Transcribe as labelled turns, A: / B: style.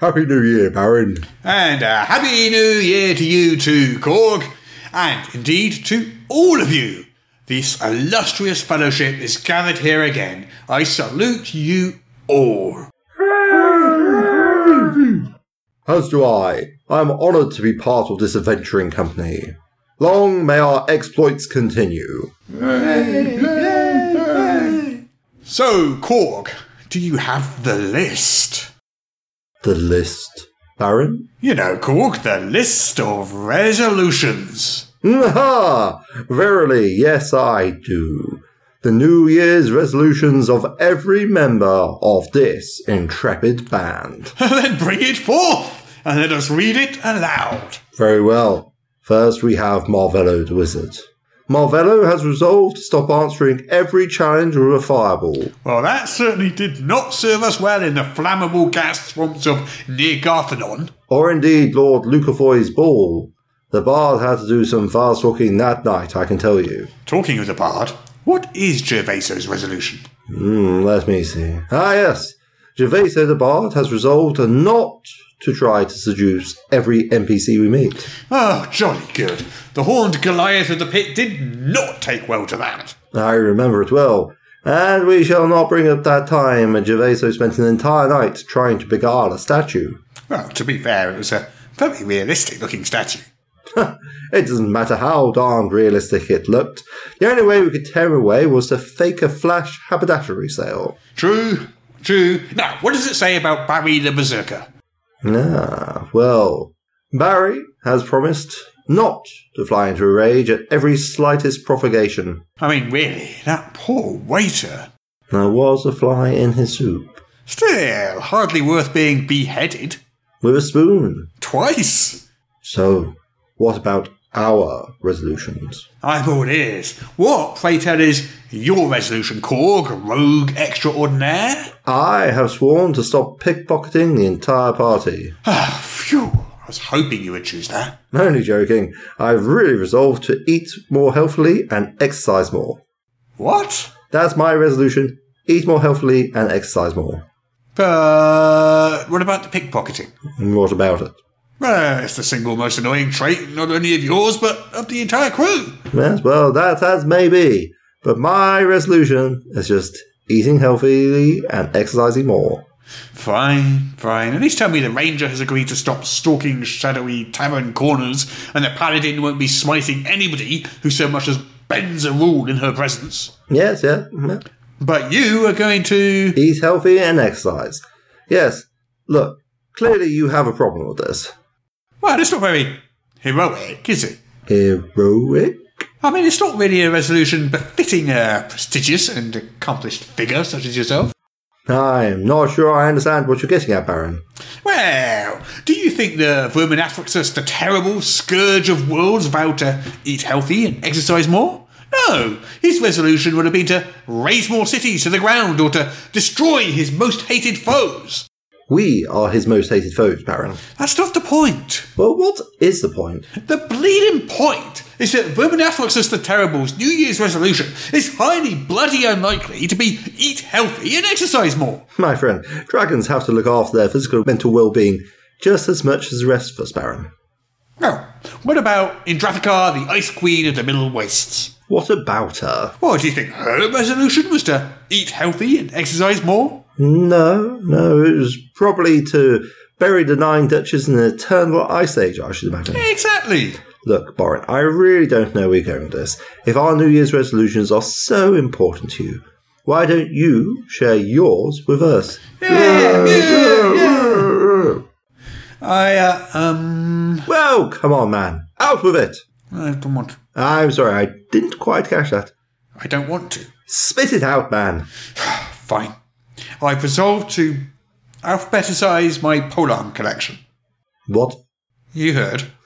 A: Happy New Year, Baron.
B: And a happy new year to you too, Korg, and indeed to all of you. This illustrious fellowship is gathered here again. I salute you all.
A: As do I. I am honoured to be part of this adventuring company. Long may our exploits continue.
B: So, Korg, do you have the list?
A: The list, Baron?
B: You know, Korg, the list of resolutions.
A: Ha! Verily, yes, I do. The New Year's resolutions of every member of this intrepid band.
B: then bring it forth and let us read it aloud.
A: Very well. First, we have Marvello the Wizard. Marvello has resolved to stop answering every challenge with a fireball.
B: Well, that certainly did not serve us well in the flammable gas swamps of Near Garthanon.
A: Or indeed Lord Lucafoy's ball. The bard had to do some fast talking that night, I can tell you.
B: Talking of the bard, what is Gervaso's resolution?
A: Hmm, let me see. Ah, yes. Gervaso the bard has resolved not to try to seduce every NPC we meet.
B: Oh, jolly good. The horned Goliath of the pit did not take well to that.
A: I remember it well. And we shall not bring up that time when Gervaso spent an entire night trying to beguile a statue.
B: Well, to be fair, it was a very realistic looking statue.
A: It doesn't matter how darned realistic it looked. The only way we could tear away was to fake a flash haberdashery sale.
B: True, true. Now, what does it say about Barry the Berserker?
A: Ah, well, Barry has promised not to fly into a rage at every slightest propagation.
B: I mean, really, that poor waiter.
A: There was a fly in his soup
B: Still, hardly worth being beheaded.
A: with a spoon.
B: Twice.
A: So, what about our resolutions?
B: I'm all ears. What, pray tell, is your resolution, Korg, rogue extraordinaire?
A: I have sworn to stop pickpocketing the entire party.
B: Ah, phew. I was hoping you would choose that.
A: I'm only joking. I've really resolved to eat more healthily and exercise more.
B: What?
A: That's my resolution. Eat more healthily and exercise more.
B: But what about the pickpocketing?
A: And What about it?
B: Well, it's the single most annoying trait, not only of yours, but of the entire crew.
A: Yes, well, that's as may be. But my resolution is just eating healthily and exercising more.
B: Fine, fine. At least tell me the ranger has agreed to stop stalking shadowy tavern corners, and the paladin won't be smiting anybody who so much as bends a rule in her presence.
A: Yes, yeah. mhm.
B: But you are going to.
A: Eat healthy and exercise. Yes. Look, clearly you have a problem with this.
B: Well, it's not very heroic, is it?
A: Heroic?
B: I mean, it's not really a resolution befitting a prestigious and accomplished figure such as yourself.
A: I'm not sure I understand what you're getting at, Baron.
B: Well, do you think the vermin Afrixus, the terrible scourge of worlds, vowed to eat healthy and exercise more? No, his resolution would have been to raise more cities to the ground or to destroy his most hated foes.
A: We are his most hated foes, Baron.
B: That's not the point.
A: Well, what is the point?
B: The bleeding point is that Vermin Affluxus the Terrible's New Year's resolution is highly bloody unlikely to be eat healthy and exercise more.
A: My friend, dragons have to look after their physical and mental well-being just as much as the rest of us, Baron.
B: Now, what about Indrathakar, the Ice Queen of the Middle Wastes?
A: What about her?
B: Or do you think her resolution was to eat healthy and exercise more?
A: No, no, it was probably to bury the Nine Duchess in an eternal ice age, I should imagine.
B: Exactly.
A: Look, Borin, I really don't know where you're going with this. If our New Year's resolutions are so important to you, why don't you share yours with us?
B: I, uh, um,
A: Well, come on, man. Out with it.
B: I don't want to.
A: I'm sorry, I didn't quite catch that.
B: I don't want to.
A: Spit it out, man.
B: Fine. I've resolved to alphabeticize my Polarm collection.
A: What?
B: You heard.